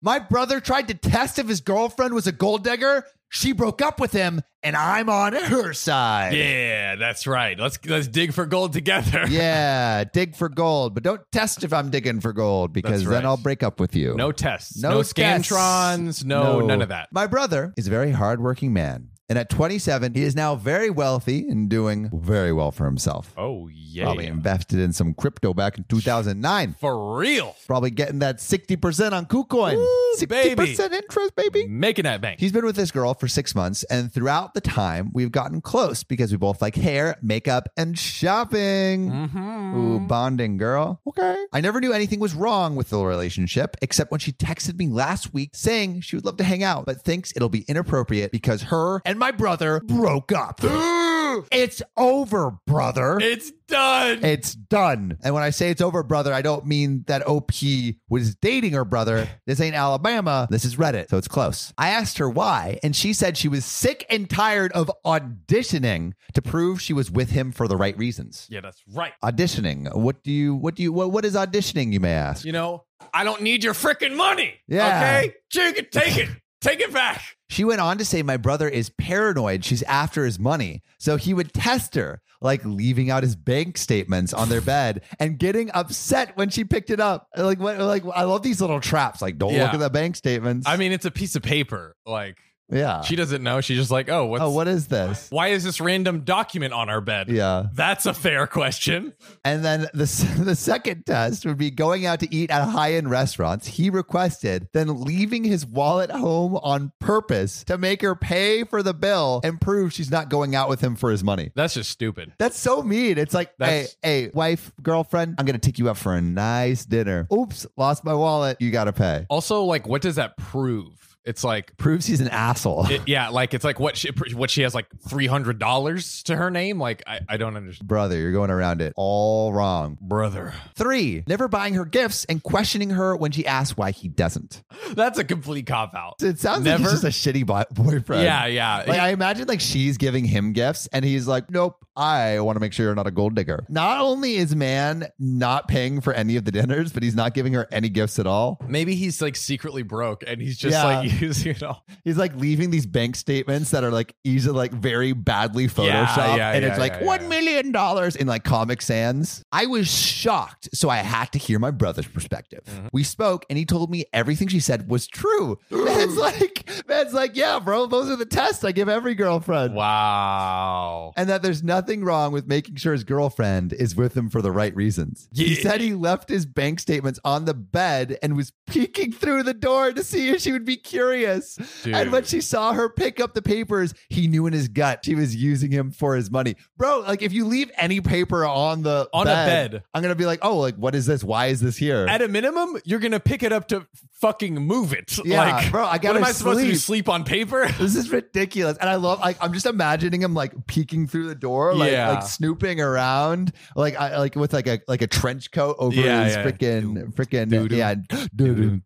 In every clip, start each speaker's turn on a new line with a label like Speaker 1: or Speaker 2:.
Speaker 1: My brother tried to test if his girlfriend was a gold digger. She broke up with him, and I'm on her side.
Speaker 2: Yeah, that's right. Let's let's dig for gold together.
Speaker 1: Yeah, dig for gold, but don't test if I'm digging for gold because
Speaker 2: That's right.
Speaker 1: then I'll break up with you.
Speaker 2: No tests.
Speaker 1: No
Speaker 2: No,
Speaker 1: tests.
Speaker 2: scantrons. No, none of that.
Speaker 1: My brother is a very hardworking man. And at 27, he is now very wealthy and doing very well for himself.
Speaker 2: Oh yeah.
Speaker 1: Probably invested in some crypto back in 2009.
Speaker 2: For real.
Speaker 1: Probably getting that 60% on KuCoin.
Speaker 2: Ooh,
Speaker 1: 60%
Speaker 2: baby.
Speaker 1: interest, baby.
Speaker 2: Making that bank.
Speaker 1: He's been with this girl for six months, and throughout the time, we've gotten close because we both like hair, makeup, and shopping. Ooh, bonding, girl. Okay. I never knew anything was wrong with the relationship, except when she texted me last week saying she would love to hang out, but thinks it'll be inappropriate because her and my brother broke up. it's over, brother.
Speaker 2: it's done.
Speaker 1: It's done. And when I say it's over, brother, I don't mean that OP was dating her brother. This ain't Alabama. This is Reddit. So it's close. I asked her why, and she said she was sick and tired of auditioning to prove she was with him for the right reasons.
Speaker 2: yeah, that's right.
Speaker 1: Auditioning. What do you, what do you, what, what is auditioning, you may ask?
Speaker 2: You know, I don't need your freaking money.
Speaker 1: Yeah.
Speaker 2: Okay? You can take it. Take it back.
Speaker 1: She went on to say, My brother is paranoid. She's after his money. So he would test her, like leaving out his bank statements on their bed and getting upset when she picked it up. Like, what, like I love these little traps. Like, don't
Speaker 2: Yeah.
Speaker 1: look at the bank statements.
Speaker 2: I mean, it's a piece of paper. Like
Speaker 1: yeah.
Speaker 2: she doesn't know. She's just like, Ah. oh, what's
Speaker 1: oh, what is this?
Speaker 2: why is this random document on our bed?
Speaker 1: Yeah.
Speaker 2: That's a fair question.
Speaker 1: And then the, s- the second test would be going out to eat at high end restaurants he requested, then leaving his wallet home on purpose to make her pay for the bill and prove she's not going out with him for his money.
Speaker 2: That's just stupid.
Speaker 1: That's so mean. It's like,
Speaker 2: That's-
Speaker 1: hey, hey, wife, girlfriend, I'm gonna take you out for a nice dinner. Oops, lost my wallet. You gotta pay.
Speaker 2: Also, like, what does that prove? It's like,
Speaker 1: Proves he's an asshole.
Speaker 2: it, yeah, like it's like what she what she has like three hundred dollars to her name. Like, I, I don't understand,
Speaker 1: Brother, you're going around it all wrong.
Speaker 2: brother.
Speaker 1: Three, never buying her gifts and questioning her when she asks why he doesn't.
Speaker 2: That's a complete cop out.
Speaker 1: It sounds
Speaker 2: Never-
Speaker 1: like he's just a shitty boy- boyfriend.
Speaker 2: Yeah, yeah.
Speaker 1: Like I imagine like she's giving him gifts and he's like, Nope, I want to make sure you're not a gold digger. Not only is man not paying for any of the dinners, but he's not giving her any gifts at all.
Speaker 2: Maybe he's like secretly broke and he's just
Speaker 1: Yeah.
Speaker 2: like using it all.
Speaker 1: He's like leaving these bank statements that are like easily like very badly photoshopped,
Speaker 2: yeah,
Speaker 1: and
Speaker 2: yeah,
Speaker 1: it's like
Speaker 2: yeah, yeah.
Speaker 1: one million dollars in like Comic Sans. I was shocked, so I had to hear my brother's perspective.
Speaker 2: Mm-hmm.
Speaker 1: We spoke, and he told me everything she said was true. Man's like, man's like, yeah, bro, those are the tests I give every girlfriend.
Speaker 2: Wow.
Speaker 1: And that there's nothing wrong with making sure his girlfriend is with him for the right reasons. He
Speaker 2: Yeah.
Speaker 1: said he left his bank statements on the bed and was peeking through the door to see if she would be curious.
Speaker 2: Dude.
Speaker 1: And when she saw her pick up the papers, he knew in his gut she was using him for his money. Bro, like if you leave any paper on the
Speaker 2: On a
Speaker 1: bed,
Speaker 2: bed.
Speaker 1: I'm gonna be like, oh, like what is this? Why is this here?
Speaker 2: At a minimum, you're gonna pick it up to fucking move it.
Speaker 1: Yeah,
Speaker 2: like,
Speaker 1: bro, I
Speaker 2: what
Speaker 1: gotta
Speaker 2: am I supposed to do?
Speaker 1: sleep.
Speaker 2: Sleep on paper?
Speaker 1: this is ridiculous. And I love like I'm just imagining him like peeking through the door, like
Speaker 2: Yeah.
Speaker 1: like snooping around, like I like with like a like a trench coat over
Speaker 2: Yeah,
Speaker 1: his
Speaker 2: yeah.
Speaker 1: freaking freaking
Speaker 2: Doo-doo.
Speaker 1: yeah. Doo-doo, doo-doo,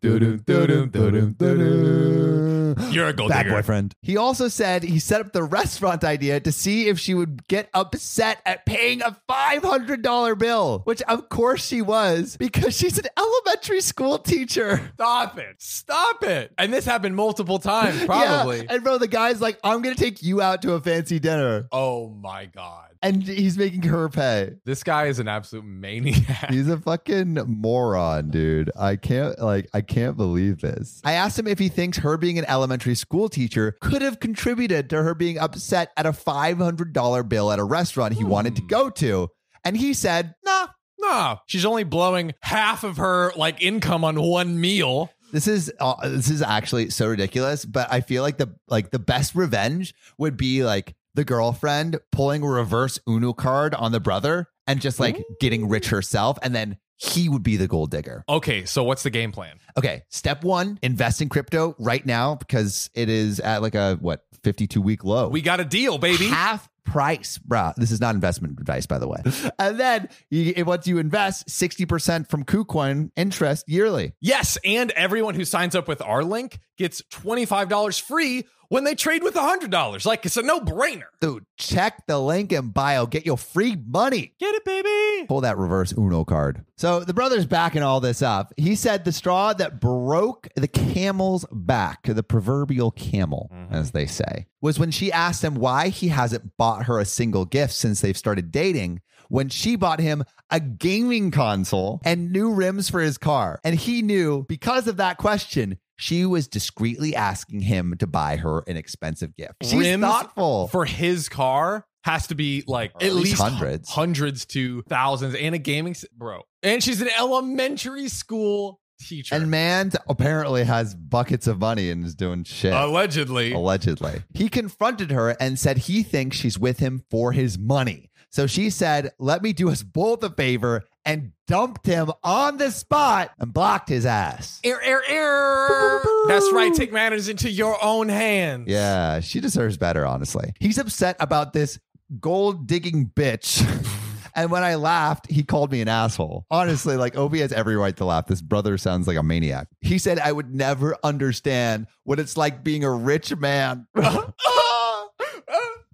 Speaker 1: doo-doo, doo-doo, doo-doo.
Speaker 2: You're a gold
Speaker 1: Bad
Speaker 2: digger.
Speaker 1: boyfriend. He also said he set up the restaurant idea to see if she would get upset at paying a $500 bill, which of course she was because she's an elementary school teacher.
Speaker 2: Stop it. Stop it. And this happened multiple times, probably.
Speaker 1: Yeah. And bro, the guy's like, I'm going to take you out to a fancy dinner.
Speaker 2: oh my God.
Speaker 1: And he's making her pay.
Speaker 2: This guy is an absolute maniac.
Speaker 1: He's a fucking moron, dude. I can't like I can't believe this. I asked him if he thinks her being an elementary school teacher could have contributed to her being upset at a $500 bill at a restaurant he wanted to go to. And he said, "Nah,
Speaker 2: nah, she's only blowing half of her like income on one meal.
Speaker 1: This is uh, this is actually so ridiculous, but I feel like the like the best revenge would be like the girlfriend pulling a reverse Uno card on the brother and just like getting rich herself, and then he would be the gold digger.
Speaker 2: Okay, so what's the game plan?
Speaker 1: Okay, step one: invest in crypto right now because it is at like a what fifty two week low.
Speaker 2: We got a deal, baby.
Speaker 1: Half price, bruh. This is not investment advice, by the way. And then you, once you invest, 60% from KuCoin interest yearly.
Speaker 2: Yes, and everyone who signs up with our link gets $25 free when they trade with a hundred dollars. Like it's a no brainer.
Speaker 1: Dude, check the link in bio. Get your free money.
Speaker 2: Get it, baby.
Speaker 1: Pull that reverse Uno card. So the brother's backing all this up. He said the straw that broke the camel's back, the proverbial camel,
Speaker 2: Mm-hmm.
Speaker 1: as they say, was when she asked him why he hasn't bought her a single gift since they've started dating. When she bought him a gaming console and new rims for his car. And he knew because of that question, she was discreetly asking him to buy her an expensive gift. She's
Speaker 2: Rims
Speaker 1: thoughtful.
Speaker 2: For his car has to be like
Speaker 1: Or at least hundreds.
Speaker 2: hundreds to thousands, and a gaming s- bro. And she's an elementary school teacher.
Speaker 1: And man apparently has buckets of money and is doing shit.
Speaker 2: Oh, Allegedly,
Speaker 1: Allegedly. He confronted her and said he thinks she's with him for his money. So she said, Let me do us both a favor and dumped him on the spot and blocked his ass.
Speaker 2: Air, air, air. That's right. Take matters into your own hands.
Speaker 1: Yeah, she deserves better, honestly. He's upset about this gold digging bitch. And when I laughed, he called me an asshole. Honestly, like Obi has every right to laugh. This brother sounds like a maniac. He said I would never understand what it's like being a rich man.
Speaker 2: oh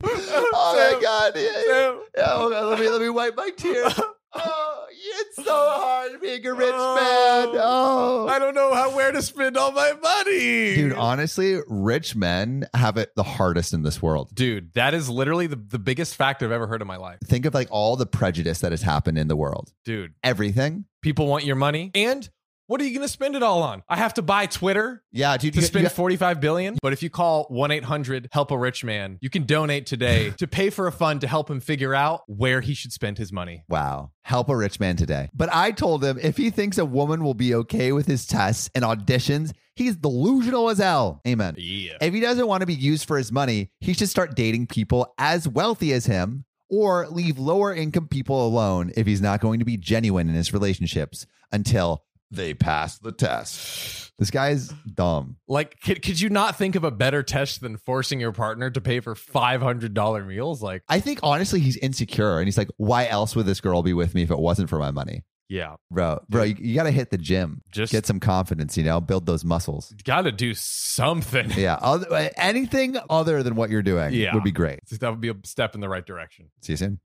Speaker 1: oh my god. Yeah, yeah. Yeah, hold on, Oh, let me let me wipe my tear. Oh, it's so hard being a rich man. Oh.
Speaker 2: I don't know how where to spend all my money.
Speaker 1: Dude, honestly, rich men have it the hardest in this world.
Speaker 2: Dude, that is literally the, the biggest fact I've ever heard in my life.
Speaker 1: Think of like all the prejudice that has happened in the world.
Speaker 2: Dude,
Speaker 1: Everything.
Speaker 2: people want your money. And what are you going to spend it all on? I have to buy Twitter
Speaker 1: Yeah, dude.
Speaker 2: to
Speaker 1: you-
Speaker 2: spend
Speaker 1: you-
Speaker 2: 45 billion. But if you call 1 800 Help a Rich Man, you can donate today to pay for a fund to help him figure out where he should spend his money.
Speaker 1: Wow. Help a rich man today. But I told him if he thinks a woman will be okay with his tests and auditions, he's delusional as hell. Amen.
Speaker 2: Yeah.
Speaker 1: If he doesn't want to be used for his money, he should start dating people as wealthy as him or leave lower income people alone if he's not going to be genuine in his relationships until they pass the test. This guy's dumb.
Speaker 2: Like, could, could you not think of a better test than forcing your partner to pay for $500 meals? Like,
Speaker 1: I think honestly, he's insecure and he's like, why else would this girl be with me if it wasn't for my money?
Speaker 2: yeah,
Speaker 1: Bro, bro, you, you got to hit the gym,
Speaker 2: just
Speaker 1: get some confidence, you know, build those muscles.
Speaker 2: gotta do something.
Speaker 1: Yeah. Other, anything other than what you're doing
Speaker 2: Yeah.
Speaker 1: would be great.
Speaker 2: that would be a step in the right direction.
Speaker 1: See you soon.